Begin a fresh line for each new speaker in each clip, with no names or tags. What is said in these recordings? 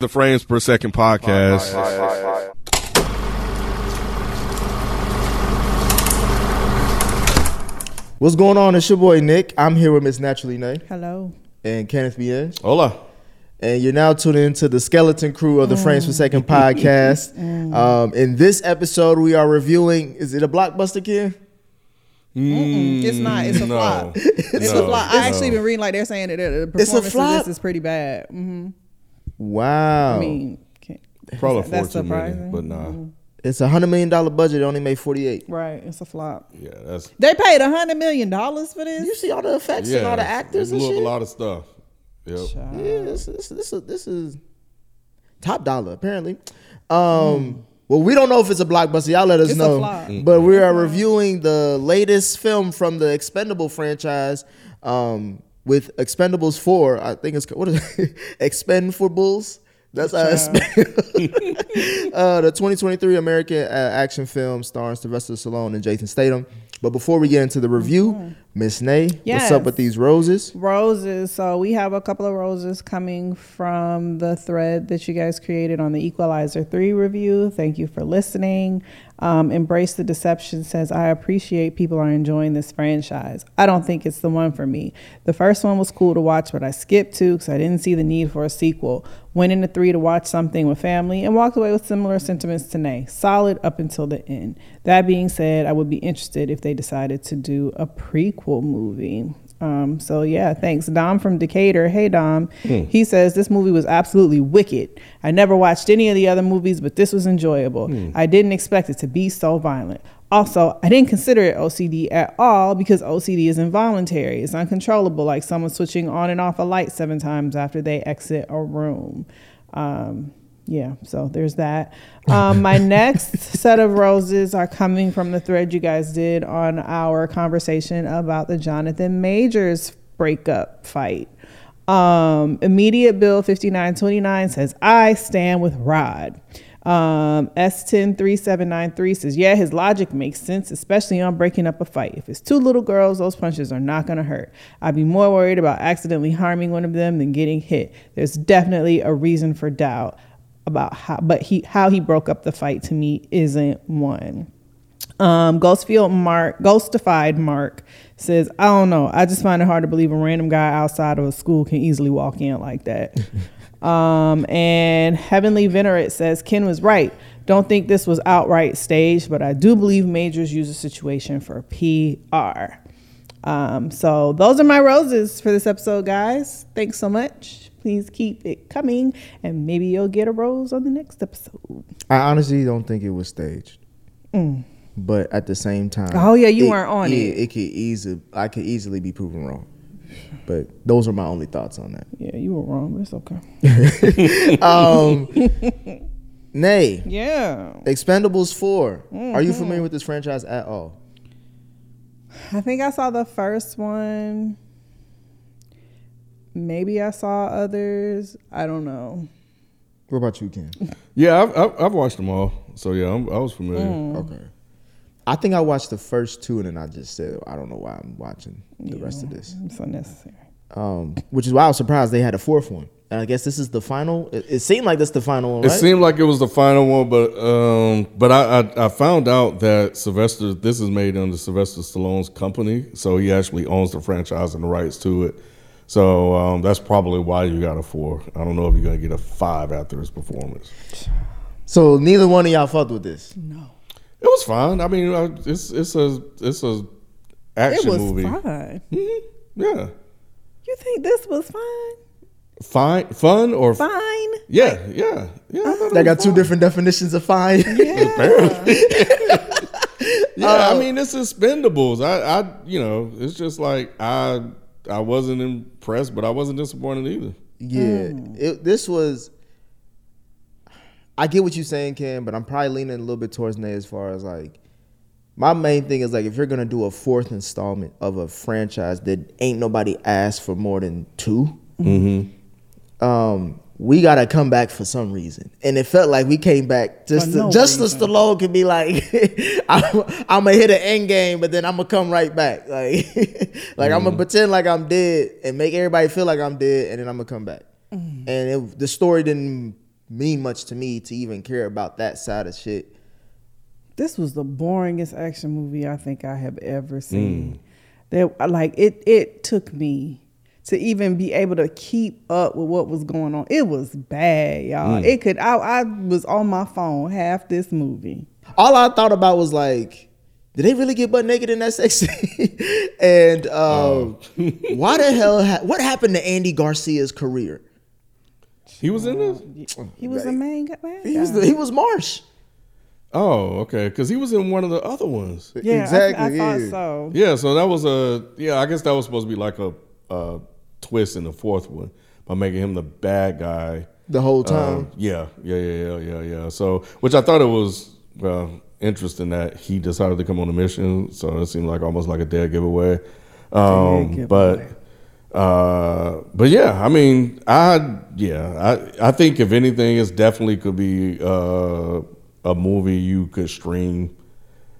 The Frames Per Second podcast.
What's going on? It's your boy Nick. I'm here with Miss Naturally Nay
Hello.
and Kenneth B. Edge.
Hola.
And you're now tuning into the skeleton crew of the Frames Per Second podcast. Um, in this episode, we are reviewing is it a blockbuster, Ken?
It's not.
Mm,
It's a flop. It's a flop. I actually been reading like they're saying that
a
the the performance of
flop?
this is pretty bad. hmm
Wow.
I mean, can't,
Oh. Probably
That's
four too many,
surprising.
but nah.
it's a $100 million budget. It only made 48
right? It's a flop.
Yeah, that's
They paid a hundred million dollars for
You
this.
see all the effects
yeah.
and all the actors
it
and
blew
shit?
up a lot of stuff. Yep.
Child.
Yeah, this, this, this, is, this is top dollar, apparently. Um, Well, we don't know if it's a blockbuster. Y'all let us
It's a
know.
flop. Mm.
But we are reviewing the latest film from the Expendable franchise um, with Expendables 4. I think it's, what is it? Expend for Bulls? That's how it's uh, the 2023 American uh, action film starring Sylvester Stallone and Jason Statham. But before we get into the review, Miss Nay, what's up
Mm-hmm. Yes.
with these roses?
Roses. So we have a couple of roses coming from the thread that you guys created on the Equalizer 3 review. Thank you for listening. Um, Embrace the Deception says, I appreciate people are enjoying this franchise. I don't think it's the one for me. The first one was cool to watch, but I skipped two because I didn't see the need for a sequel. Went into three to watch something with family and walked away with similar sentiments to Nay. Solid up until the end. That being said, I would be interested if they decided to do a prequel movie. Um, so yeah, thanks. Dom from Decatur. Hey Dom. He says this movie was absolutely wicked. I never watched any of the other movies, but this was enjoyable. I didn't expect it to be so violent. Also, I didn't consider it OCD at all because OCD is involuntary. It's uncontrollable, like someone switching on and off a light seven times after they exit a room. Um, yeah, so there's that. Um, my next set of roses are coming from the thread you guys did on our conversation about the Jonathan Majors breakup fight. Um, immediate bill 5929 says, I stand with Rod. Um, S103793 says, Yeah, his logic makes sense, especially on breaking up a fight. If it's two little girls, those punches are not going to hurt. I'd be more worried about accidentally harming one of them than getting hit. There's definitely a reason for doubt about how, but he, how he broke up the fight to me isn't one. Um, Ghostfield Mark, Ghostified Mark says, I don't know. I just find it hard to believe a random guy outside of a school can easily walk in like that. um, and Heavenly Venerate says, Ken was right. Don't think this was outright staged, but I do believe majors use the situation for PR. Um, so those are my roses for this episode, guys. Thanks so much. Please keep it coming, and maybe you'll get a rose on the next episode.
I honestly don't think it was staged. But at the same time,
Mm. Oh, yeah, you weren't on
yeah,
it.
It could easily, I could easily be proven wrong. But those are my only thoughts on that.
Yeah, you were wrong, but it's okay.
Um, Nay,
Yeah.
Expendables 4 Are
Mm-hmm.
you familiar with this franchise at all?
I think I saw the first one. Maybe I saw others. I don't know.
What about you, Ken?
Mm-hmm.
Yeah, I've, I've, I've watched them all. So yeah, I'm, I was familiar.
Okay. I think I watched the first two, and then I just said, I don't know why I'm watching the rest of this.
It's unnecessary.
Um, which is why I was surprised they had a fourth one. And I guess this is the final. It, it seemed like this the final one,
It
right?
seemed like it was the final one, but um, but I, I I found out that Sylvester this is made under Sylvester Stallone's company, so he actually owns the franchise and the rights to it. So um, that's probably why you got a four. I don't know if you're gonna get a five after his performance.
so neither one of y'all fucked with this.
It was fine. I mean, I, it's it's a it's a
It
action
was
movie. Mm-hmm.
fine.
Yeah,
You think this was fine?
fine, fun or
Fine.
yeah, yeah, yeah. I thought it
They
was
got two
fine.
different definitions of fine.
Apparently. yeah,
Uh,
I mean it's expendables. I, I you know, it's just like I I wasn't impressed, but I wasn't disappointed either.
Yeah, it, this was. I get what you're saying, Cam, but I'm probably leaning a little bit towards Nay as far as like. My main thing is like if you're gonna do a fourth installment of a franchise that ain't nobody asked for more than 2 um, we gotta come back for some reason, and it felt like we came back just
For
to,
no
just so
reason.
Stallone could be like, I'm, I'm gonna hit an end game, but then I'm gonna come right back, like like I'm gonna pretend like
Mm.
I'm dead and make everybody feel like I'm dead, and then I'm gonna come back and it, the story didn't mean much to me to even care about that side of shit.
This was the boringest action movie I think I have
Mm.
ever seen. That like it it took me to even be able to keep up with what was going on. It was bad,
Mm.
y'all. It could I I was on my phone half this movie.
All I thought about was like, did they really get butt naked in that sex scene? and um, why the hell? Ha- what happened to Andy Garcia's career?
He was in this.
He was a main guy. man
He was
guy.
the, he was Marsh.
Oh, okay, because he was in one of the other ones.
yeah, I, I
Exactly,
thought
yeah.
so.
Yeah, so that was a yeah. I guess that was supposed to be like a, a twist in the fourth one by making him the bad guy
The whole time.
Um, yeah, yeah, yeah, yeah, yeah, yeah. So, which I thought it was well interesting that he decided to come on a mission. So it seemed like almost like a dead giveaway. Um,
Dead
but, uh, but yeah, I mean, I yeah, I I think if anything, it's definitely could be uh, a movie you could stream.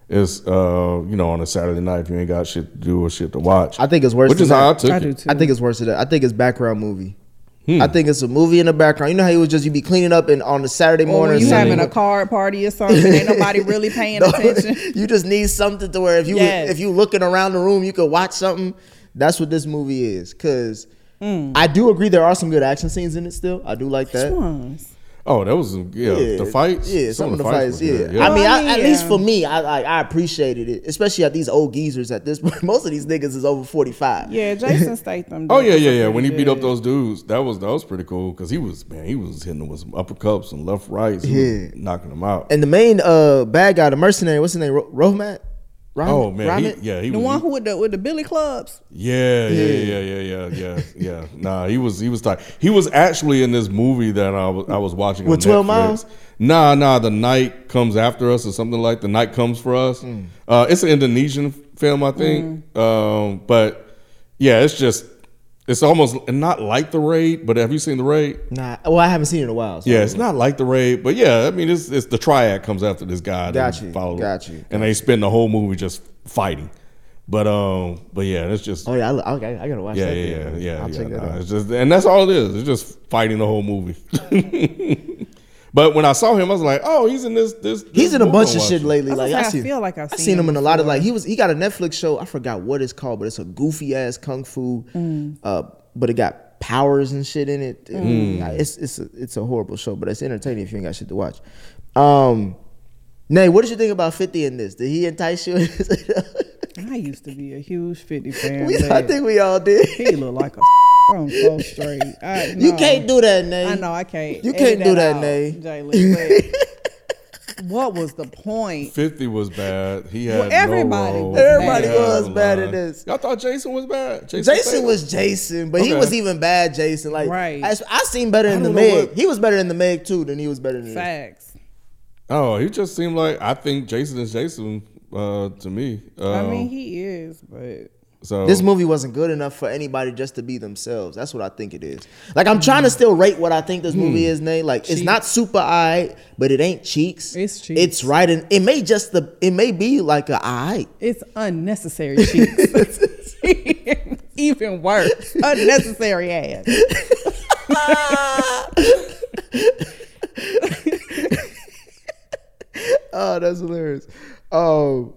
It's uh, you know on a Saturday night if you ain't got shit to do or shit to watch.
I think it's worse
Which
than
is how I
that.
took
I
it.
do too.
I think it's worse than that. I think it's background movie. I think it's a movie in the background. You know how you would just you be cleaning up and on the Saturday
Or
morning.
when
or
Oh, you
Sunday
having a
morning-
card party or something, ain't nobody really paying
No,
attention.
you just need something to where if you
Yes.
if you looking around the room, you could watch something. That's what this movie is. Cause
Hmm.
I do agree there are some good action scenes in it still. I do like that.
Which ones?
Oh, that was yeah, the fights.
Yeah, some, of the fights.
were
yeah.
good,
I mean, I, at
Yeah.
least for me, I, I I appreciated it, especially at these old geezers. At this point, most of these niggas is over forty five.
Yeah, Jason Statham.
Oh
did
yeah, yeah,
something
yeah. When he beat up
good.
those dudes, that was that was pretty cool because he was man, he was hitting them with some uppercuts and left rights, He was
Yeah.
knocking them out.
And the main uh bad guy, the mercenary, what's his name? Ro- Rohmat. Rom-
oh man, he,
Rohmat?
yeah, he
The
was,
one who with the with the Billy clubs.
yeah, yeah, yeah, yeah, yeah, yeah, yeah. Nah, he was he was tight. He was actually in this movie that I was I was watching
With
on Netflix.
12 Miles?
Nah, nah. The night comes after us or something like the night comes for us.
Mm.
Uh, it's an Indonesian film, I think. Um, but yeah, it's just it's almost not like the raid. But have you seen the raid?
Nah, well, I haven't seen it in a while. So
Yeah, it's not like the raid, but yeah, I mean, it's, it's the triad comes after this guy. that
Got you,
follow-
got you,
And they spend the whole movie just fighting. But um, but yeah, it's just
Oh yeah, I, I, I gotta watch
yeah,
that.
yeah, yeah,
then.
yeah,
I'll
yeah.
check that
nah,
out.
it's just, and that's all it is. It's just fighting the whole movie. but when I saw him, I was like, oh, he's in this this. this
He's in a
movie
bunch
I'm
of shit
watching.
lately.
I was
Like
gonna
I,
say, I
seen,
feel like I've
I
seen
seen him
him
in a lot of like he was he got a Netflix show. I forgot what it's called, but it's a goofy ass kung fu.
Mm.
Uh, but it got powers and shit in it. Nah, It's it's a, it's a horrible show, but it's entertaining if you ain't got shit to watch. Um, Nay, what did you think about Fifty in this? Did he entice you?
I used to be a huge Fifty fan.
we, I
but
think we all did.
he looked like a from so straight. I,
You
no.
can't do that, Nay.
I know I can't.
You
Edit
can't do that,
out,
Nay.
Jalen, but what was the point?
Fifty was bad. He had
Well, everybody
no role.
was
Everybody
He had
was
no
bad in
line.
this.
Y'all thought Jason was bad.
Jason
Statham?
was Jason, but he
Okay.
was even bad Jason. Like
Right.
I, I seen better in the
don't know
Meg.
what-
He was better in the Meg too than he was better than this.
Facts.
Oh, he just seemed like I think Jason is Jason uh, to me. Uh,
Oh.
I mean, he is, but
so
This movie wasn't good enough for anybody just to be themselves. That's what I think it is. Like I'm trying
Hmm.
to still rate what I think this movie is, Nate. Like it's not super eye, but it ain't cheeks.
It's cheeks.
It's right in it may just the it may be like a eye.
it's unnecessary cheeks. Even worse, unnecessary ass.
Oh, that's hilarious. Oh,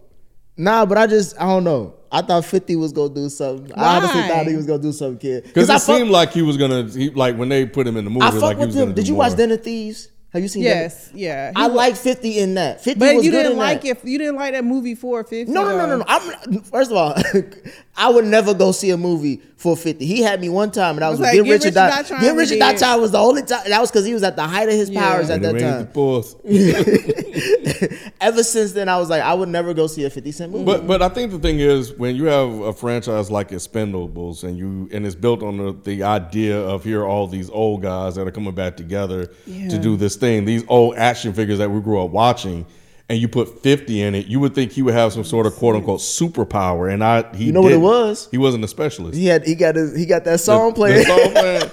nah, but I just I don't know. I thought Fifty was gonna do something. I honestly
Why?
thought he was gonna do something, kid.
because
I
it
fuck-
seemed like he was gonna he, like when they put him in the movie.
I fuck
like he
with
was
him.
gonna
Did
do
you
more.
watch Den of Thieves? Have you seen? Den of-
Yes, yeah. He
I
was-
like Fifty in that. Fifty
But
was
you
good
didn't
in
like
that.
if you didn't like that movie for fifty.
No, no, no, no, no. I'm first of all, I would never go see a movie for Fifty. He had me one time, and I was,
was
like,
like,
"Get Rich or Die."
Trying
Get
we
Rich or
did.
Die Trying was the only time. That was because he was at the height of his
Yeah.
powers
When
at that
they raised the
time.
fourth.
Ever since then, I was like, I would never go see a Fifty Cent movie.
But but I think the thing is when you have a franchise like Expendables and you and it's built on the, the idea of here are all these old guys that are coming back together
Yeah.
to do this thing, these old action figures that we grew up watching, and you put fifty in it, you would think he would have some sort of quote unquote superpower, and I he
You know what it
didn't.
was?
He wasn't a specialist.
he had he got his he got that
The-
song
the
playing.
song playing.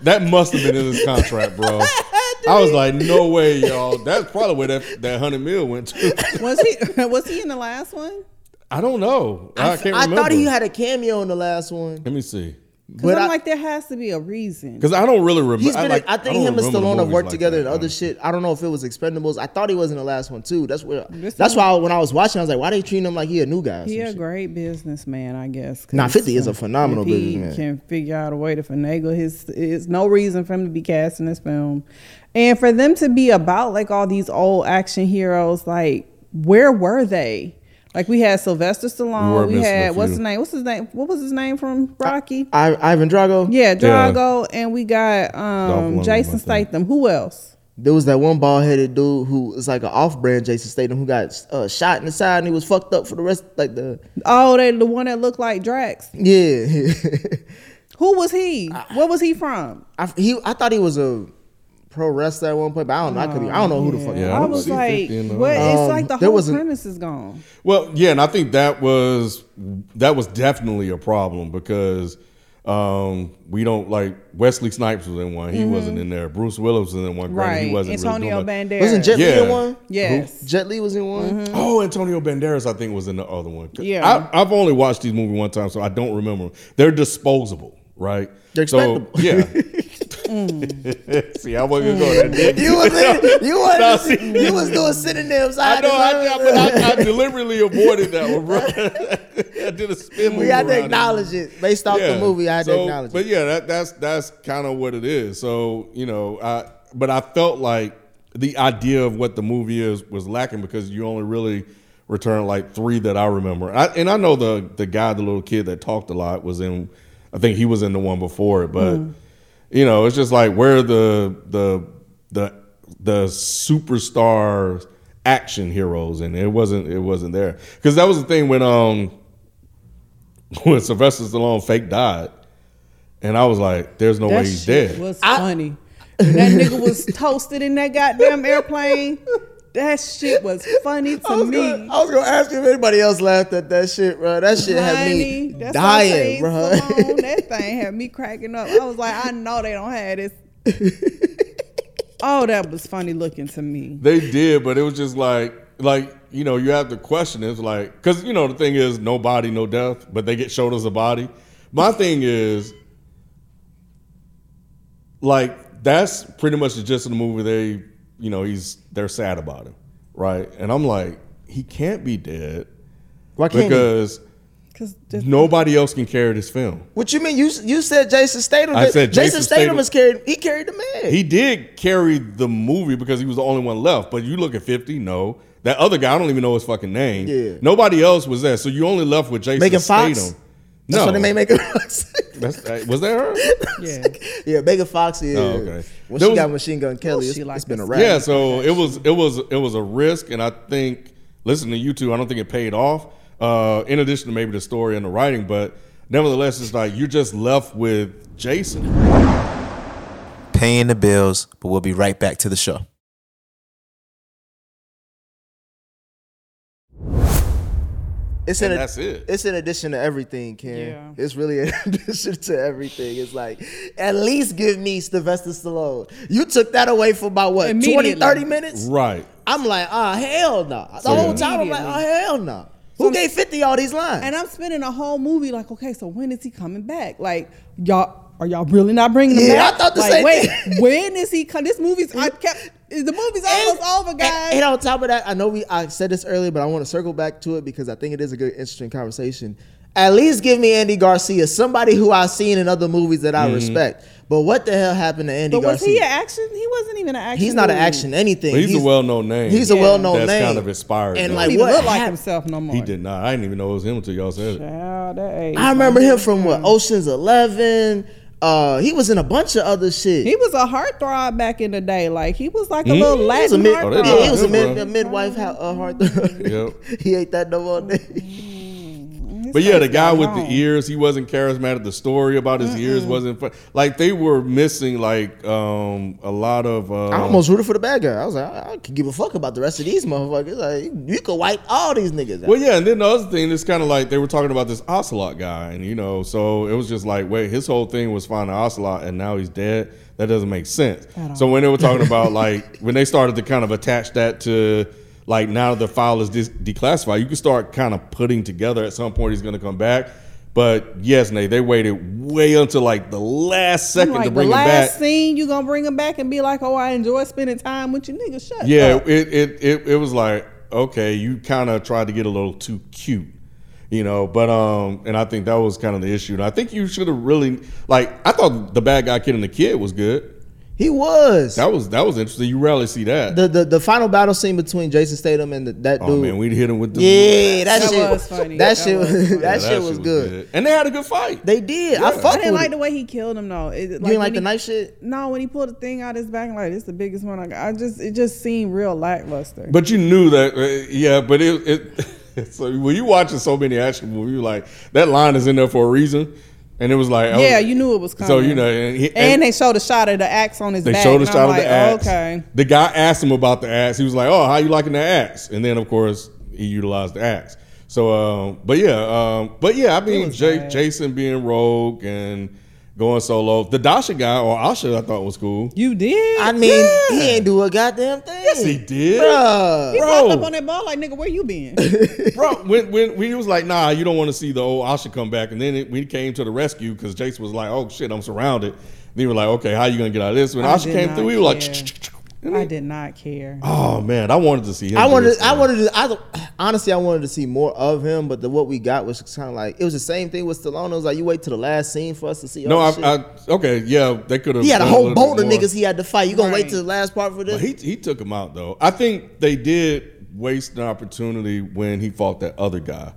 That must have been in his contract, bro. I was like, no way, y'all. That's probably where that, that hundred mil went to.
Was he was he in the last one?
I don't know. I, can't
I
remember.
thought he had a cameo in the last one.
Let me see.
Because
But
I'm
I,
like, there has to be a reason.
Because I don't really remember.
he's been.
I,
in-
like,
I
I
think
don't
him and
remember the
Stallone have
movies
worked
like
together
that,
and other
man.
shit. I don't know if it was Expendables. I thought he was in the last one too. That's where.
This
that's
one-
why when I was watching, I was like, why they treating him like he a new guy? or some
He a
shit?
great businessman, I guess. 'cause,
Nah, 50 is a
uh,
phenomenal
if he
businessman.
Can figure out a way to finagle his. It's no reason for him to be cast in this film, and for them to be about like all these old action heroes. Like, where were they? Like we had Sylvester
We were
Stallone. We,
missing a
had what's
few.
his name? What's his name? What was his name from Rocky?
I, Ivan Drago.
Yeah.
yeah, Drago, and we got um,
Lundgren, I
Jason
think.
Statham. Who else?
There was that one bald headed dude who was like an off brand Jason Statham who got uh, shot in the side and he was fucked up for the rest. Like the
Oh, they, the one that looked like Drax.
yeah,
Who was he? What was he from?
I, he I thought he was a pro wrestler at one point, but I don't know. I could be. I don't know who the fuck.
Yeah,
Oh, I,
I don't
was
see
like,
50 in the-
what? it's
Um,
like the
there
whole
wasn't-
premise is gone.
Well, yeah, and I think that was that was definitely a problem because um, we don't like Wesley Snipes was in one. He wasn't
Mm-hmm.
in there. Bruce Willis was in one. Granted,
Right.
He wasn't really
Antonio
doing much.
Banderas.
Wasn't Jet Li
Yeah.
in one?
Yes. Mm-hmm.
Jet Li was in one.
Oh, Antonio Banderas, I think was in the other one.
Yeah.
I, I've only watched these movies one time, so I don't remember. They're disposable, right?
They're
so,
expendable.
yeah. See, I wasn't gonna go there.
You was in, you was
Nah, see-
you was doing synonyms. I,
I know, I,
didn't
I, but I, I deliberately avoided that one, bro. I did a spin.
we
move around
had to
it.
acknowledge it based off the movie. I had
So,
to acknowledge
But
it.
yeah, that, that's that's kind of what it is. So you know, I but I felt like the idea of what the movie is was lacking because you only really returned like three that I remember. I, and I know the the guy, the little kid that talked a lot, was in. I think he was in the one before it, but
Hmm.
you know, it's just like where the the the the superstar action heroes and it wasn't it wasn't there because that was the thing when um when Sylvester Stallone fake died, and I was like, "There's no way he's
shit
dead."
was funny. When that nigga was toasted in that goddamn airplane. That shit was funny to
I was,
me.
gonna, I was gonna ask you if anybody else laughed at that shit, bro. That shit had me
Honey, that's why I say
dying, bro.
Stallone, that thing had me cracking up. I was like, I know they don't have this. Oh, that was funny looking to me.
They did, but it was just like, like you know, you have to question. It's like, because you know, the thing is, no body, no death, but they get showed as a body. My thing is, like, that's pretty much the gist of the movie. They, you know, he's they're sad about him, right? And I'm like, he can't be dead
Why can't he?
because
Because
nobody else can carry this film.
What you mean? You you said Jason Statham.
I said
Jason,
Jason
Statham
Statham-
was carried. He carried the man.
He did carry the movie because he was the only one left. But you look at 50, no. That other guy, I don't even know his fucking name.
Yeah.
Nobody else was there. So you only left with Jason
Megan
Statham.
Fox?
No.
That's what they made Megan Fox.
That's- uh, was that her?
yeah.
yeah, Megan Fox. Yeah.
Oh, okay.
When
There
she
was-
got Machine Gun Kelly,
Oh, she
it's-
like
it's been a
us.
wrap.
Yeah, so it was it was it was a risk and I think listening to you two, I don't think it paid off. Uh, in addition to maybe the story and the writing, but nevertheless, it's like you're just left with Jason.
paying the bills, but we'll be right back to the show.
It's in
And
a,
that's it.
It's in addition to everything, Ken.
Yeah.
It's really in addition to everything. It's like, at least give me Sylvester Stallone. You took that away for about what, 20,
Immediately.
30 minutes?
Right.
I'm like, oh, hell no. The whole time I'm like, oh,
Immediately.
hell no. Who gave 50 all these lines?
And I'm spending a whole movie like, okay, so when is he coming back? Like, y'all are y'all really not bringing him
Yeah,
back?
I thought the
like,
same
wait,
thing. Mm-hmm.
when is he coming? This movie's I kept the movie's almost over, guys.
And, and on top of that, I know we I said this earlier, but I want to circle back to it because I think it is a good, interesting conversation. At least give me Andy Garcia, somebody who I've seen in other movies that I
Mm-hmm.
respect. But what the hell happened to Andy
but was
Garcia?
he an action? He wasn't even an action.
he's not an
movie.
action anything.
But he's, a well known name.
He's a
Yeah.
well-known
That's
name.
kind of inspired.
And
though.
He
like-
didn't
What
look like
hap-
himself no more.
he did not. I didn't even know it was him until y'all said it.
Child, that age.
I remember him from what Ocean's Eleven. Uh, he was in a bunch of other shit.
He was a heartthrob back in the day. Like he was like a little
He was a
Latin Oh,
mid,
that's
heartthrob.
yeah, he was a,
good,
mid,
bro.
a midwife ha- uh, heart.
Yep.
he ate that no more. day.
His
But yeah, the
face
guy
got
with
long.
the ears, he wasn't charismatic. The story about his ears wasn't fun. like they were missing like um a lot of uh
I almost rooted for the bad guy. I was like, I, I could give a fuck about the rest of these motherfuckers. Like, you- you could wipe all these niggas out.
well, yeah, and then the other thing is kind of like they were talking about this ocelot guy, and you know, so it was just like, wait, his whole thing was finding ocelot, and now he's dead. That doesn't make sense. So when they were talking about like when they started to kind of attach that to like now the file is dis- declassified, you can start kind of putting together at some point he's going to come back. But yes, Nate, they waited way until like the last second
like
to bring
the
him
last
back.
scene, you gonna bring him back and be like, "Oh, I enjoy spending time with you, nigga." Shut
yeah,
up.
it, it it it was like okay, you kind of tried to get a little too cute, you know. But um, and I think that was kind of the issue. And I think you should have really like I thought the bad guy killing the kid was good.
He was.
That was that was interesting. You rarely see that.
the, the the final battle scene between Jason Statham and the, that
oh
dude.
man, we hit him with the
yeah, that,
That
shit
was funny.
That,
That
shit
was
was,
funny.
Yeah,
that shit was, good.
And they had a good fight.
They did. I
I
fucked
didn't
with
like
it.
the way he killed him though. It,
You didn't like
when
the
he-
knife shit?
No, when he pulled the thing out his back, I'm like, "This the biggest one." I, got. I just it just seemed real lackluster.
But you knew that, uh, yeah. But it, it so when you watching so many action movies, you like that line is in there for a reason, and it was like, oh,
yeah, you knew it was coming.
So you know, and, he,
and, they showed a shot of the axe on his
they
back.
showed a
and I'm
shot of
like,
the axe.
Okay.
The guy asked him about the axe. He was like, oh, how you liking the axe? And then of course he utilized the axe. So, um, but yeah, um, but yeah, I mean,
was
Ja-
bad.
Jason being rogue and going solo. The Dasha guy or Asha, I thought was cool.
You did.
I mean,
Yeah.
he ain't do a goddamn thing.
Yes, he did.
Bruh.
he popped up
bro.
on that ball like, "Nigga, where you been?"
Bro, when, when when he was like, nah, you don't want to see the old Asha come back, and then it, we came to the rescue because Jason was like, oh shit, I'm surrounded. And he was like, okay, how you gonna get out of this? When
I
Asha
did
came
not
through, he was like,
care.
"Ch-ch-ch-ch."
I did not care.
oh man, I wanted to see him.
I
do
wanted,
this
I
thing.
wanted to, I honestly, I wanted to see more of him, but the what we got was kind of like it was the same thing with Stallone. It was like you wait till the last scene for us to see.
No,
all
I,
the shit.
I okay, yeah, they could have.
he had a whole boat of niggas he had to fight. You gonna
Right.
wait till the last part for this?
But he he took him out though. I think they did waste an opportunity when he fought that other guy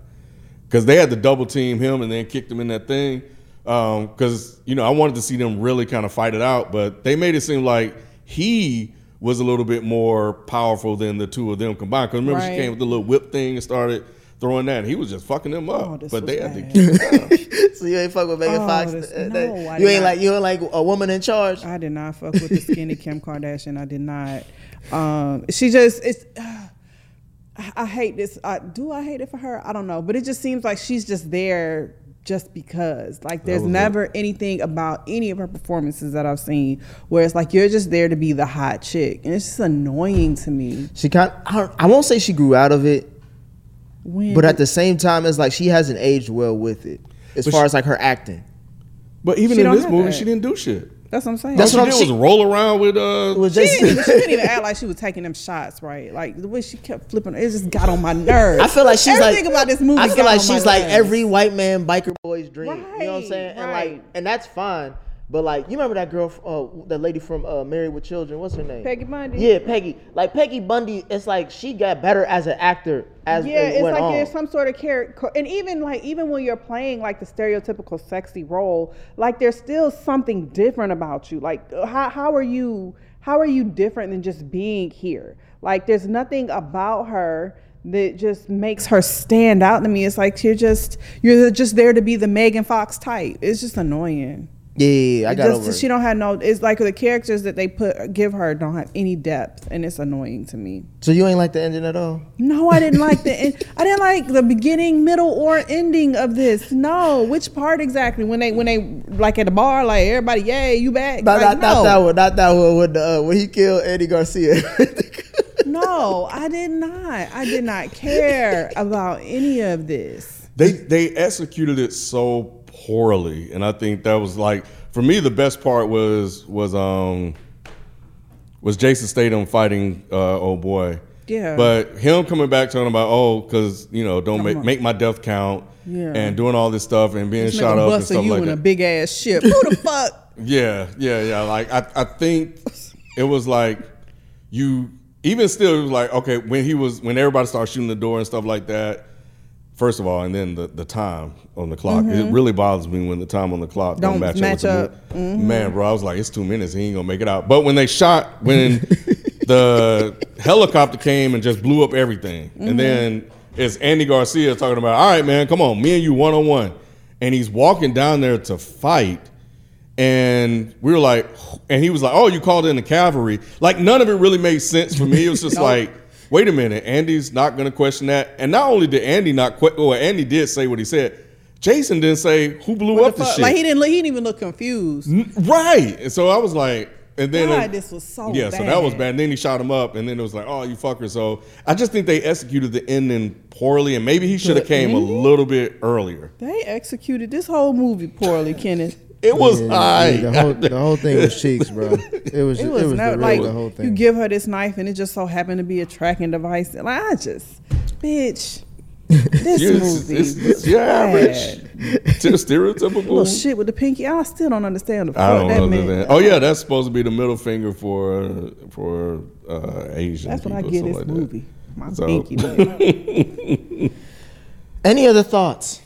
because they had to double team him and then kicked him in that thing. Because you know I wanted to see them really kind of fight it out, but they made it seem like he was a little bit more powerful than the two of them combined. Because remember she
Right.
came with the little whip thing and started throwing that, and he was just fucking them up.
Oh, this
but
was
they had
bad.
to.
so you ain't fuck with Megan
Oh,
Fox.
this-
Uh,
no, Oh.
that-
I
you
did
ain't
not.
like you ain't like a woman in charge.
I did not fuck with the skinny Kim Kardashian. I did not. Um, she just it's. I- I hate this. I, do I hate it for her? I don't know, but it just seems like she's just there just because. Like there's
was it.
never anything about any of her performances that I've seen where it's like you're just there to be the hot chick, and it's just annoying to me.
She kind, I, don't- I won't say she grew out of it,
When
but at the same time, it's like she hasn't aged well with it as
But
far
she-
as like her acting.
But even
She
in
don't
this
have
movie,
that.
she didn't do shit.
that's what I'm saying.
That's
All
what
she
I'm-
did was
she-
roll around with uh,
It was
she didn't, even, she
just.
didn't even act like she was taking them shots right. Like the way she kept flipping, it just got on my nerves.
I feel like she's
Everything
like
about this movie.
I feel
got
like
on my
she's like
nerves.
every white man biker boy's dream. you know what I'm
Right,
saying? And
right.
like, and that's fine. But like, you remember that girl, uh, that lady from uh, Married with Children? What's her name?
Peggy Bundy.
Yeah, Peggy. Like Peggy Bundy. It's like she got better as an actor as
yeah,
it
it's
went
like
on.
there's some sort of character, and even like even when you're playing like the stereotypical sexy role, like there's still something different about you. Like uh, how how are you how are you different than just being here? Like there's nothing about her that just makes her stand out to me. It's like you're just you're just there to be the Megan Fox type. It's just annoying.
yeah, yeah, yeah, I got
Just-
over. it.
she don't have no. It's like the characters that they put give her don't have any depth, and it's annoying to me.
so you ain't like the ending at all.
No, I didn't like the. en- I didn't like the beginning, middle, or ending of this. No, which part exactly? When they, when they, like at the bar, like everybody, yay, you back?
Not, not, not
like,
that
no,
one. Not that one. When, uh, when he killed Eddie Garcia.
no, I did not. I did not care about any of this.
they they executed it so poorly and i think that was like for me the best part was was um was jason statham fighting uh old boy
Yeah.
but him coming back talking about oh because you know don't make,
on.
make my death count
Yeah.
and doing all this stuff and being
This
shot
nigga
up and
busted
stuff
you
like
in a
that
big ass ship. Who the fuck?
yeah, yeah, yeah. Like I, I think it was like you even still it was like okay when he was when everybody started shooting the door and stuff like that. First of all, and then the, the time on the clock. It really bothers me when the time on the clock Mm-hmm. don't,
Don't
match,
match
up. Mm-hmm. With the movie. Man, bro, I was like, it's two minutes. He ain't gonna make it out. But when they shot, when the helicopter came and just blew up everything, and then it's Andy Garcia talking about, all right, man, come on, me and you one on one, and he's walking down there to fight and we were like, and he was like, "Oh, you called in the cavalry." Like none of it really made sense for me. It was just like, wait a minute, Andy's not going to question that. And not only did Andy not, que- well, Andy did say what he said. Jason didn't say who blew
What
up
the
the,
fuck?
shit,
Like he didn't. look- He didn't even look confused.
right? And so I was like, And then
God,
it-
this was so
yeah, so that was
bad.
bad. And then he shot him up, and then it was like, oh, you fucker. So I just think they executed the ending poorly, and maybe he should have came a little bit earlier.
They executed this whole movie poorly, Kenneth.
It was
Yeah,
I.
yeah, the, whole, the whole thing was cheeks, bro. It was
It was,
the,
not
real-
like
the whole thing.
you give her this knife and it just so happened to be a tracking device. Like I just, bitch, this
Yes,
movie.
it's-
was
it's your average,
bad.
to the stereotypical.
Little shit with the pinky. I still don't understand the fuck
I don't
that
know
meant.
that. Oh yeah, that's supposed to be the middle finger for uh, for uh, Asian.
That's what I
people, something
get this
like that.
movie. My
So-
pinky. ring.
Any other thoughts?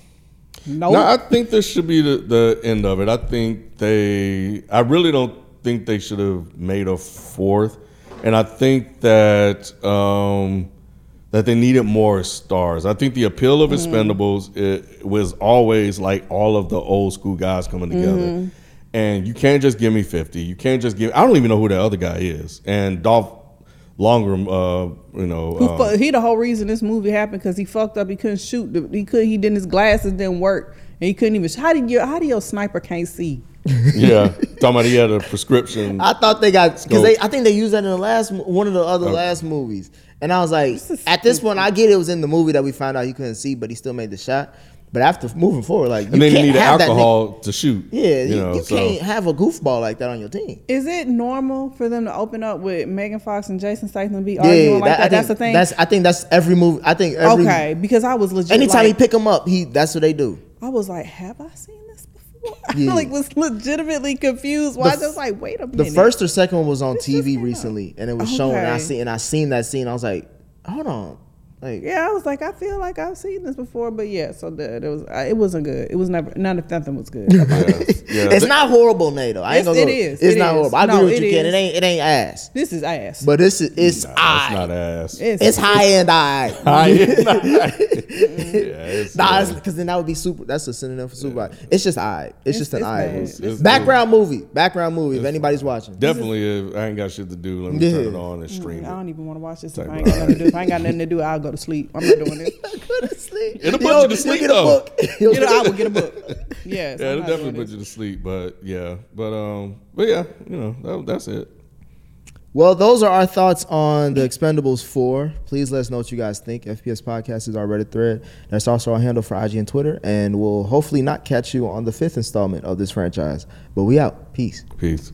Nope.
No, I think this should be the, the end of it. I think they. I really don't think they should have made a fourth, and I think that um, that they needed more stars. I think the appeal of Expendables it was always like all of the old school guys coming together. And you can't just give me fifty. You can't just give. I don't even know who the other guy is. And Dolph Longrum, uh, you know,
Who
um,
fu- he the whole reason this movie happened because he fucked up. He couldn't shoot. The- He could. He didn't. His glasses didn't work, and he couldn't even. How did your How do your sniper can't see?
yeah, talking about he had a prescription.
I thought they got
go.
because they. I think they used that in the last mo- one of the other last movies, and I was like,
is
at this point, I get it was in the movie that we found out he couldn't see, but he still made the shot. But after moving forward, like you
and then you
can't
need
have
alcohol to shoot.
That nigga, yeah, you,
you, know,
you
so.
can't have a goofball like that on your team.
Is it normal for them to open up with Megan Fox and Jason Statham to be arguing like that?
I think,
that's the thing.
That's I think that's every movie. I think every
okay, because I was legit.
anytime he
like,
pick him up, he that's what they do.
I was like, have I seen this before?
Yeah.
I like was legitimately confused. Why
The
I was
f-
like, wait a minute.
The first or second one was on
This just
TV
came out.
recently, and it was shown. And I
Okay.
see and I seen that scene. I was like, hold on, like
Yeah, I was like, I feel like I've seen this before, but yeah. So the, there was, uh, it wasn't good. It was never. None of nothing was good.
Yeah,
it's
they-
not horrible, NATO. I ain't
Yes,
gonna.
it
go-
is.
It's
It
not
is.
horrible. I agree
No,
with
it
you, Ken. It
is.
ain't. It ain't ass.
this is ass.
But this is. It's
Nah,
eye.
it's not ass.
It's-
It's high end eye.
High end. yeah, it's,
Nah,
yeah.
because then that would be super. That's a synonym for super. eye. It's just eye. It's, just an
it's
eye.
bad. It's-
it's-
background movie. Background movie. If anybody's watching,
definitely. If I ain't got shit to do, let me turn it
Yeah. Mm,
on and
I
stream it.
don't even want to watch this. If
Type
I ain't got nothing to do. If I ain't got nothing to do, I'll go to sleep. I'm not doing this.
go to sleep.
It'll put
Yo,
you to sleep,
get a
though.
book. You'll
You know, I
get a-
would get a book. Yes.
Yeah,
I'm
it'll
not
definitely
doing
put
this.
you to sleep. But yeah, but um, but yeah, you know, that, that's it.
Well, those are our thoughts on the Expendables 4. Please let us know what you guys think. FPS Podcast is our Reddit thread. That's also our handle for IG and Twitter. And we'll hopefully not catch you on the fifth installment of this franchise. But we out. Peace.
Peace.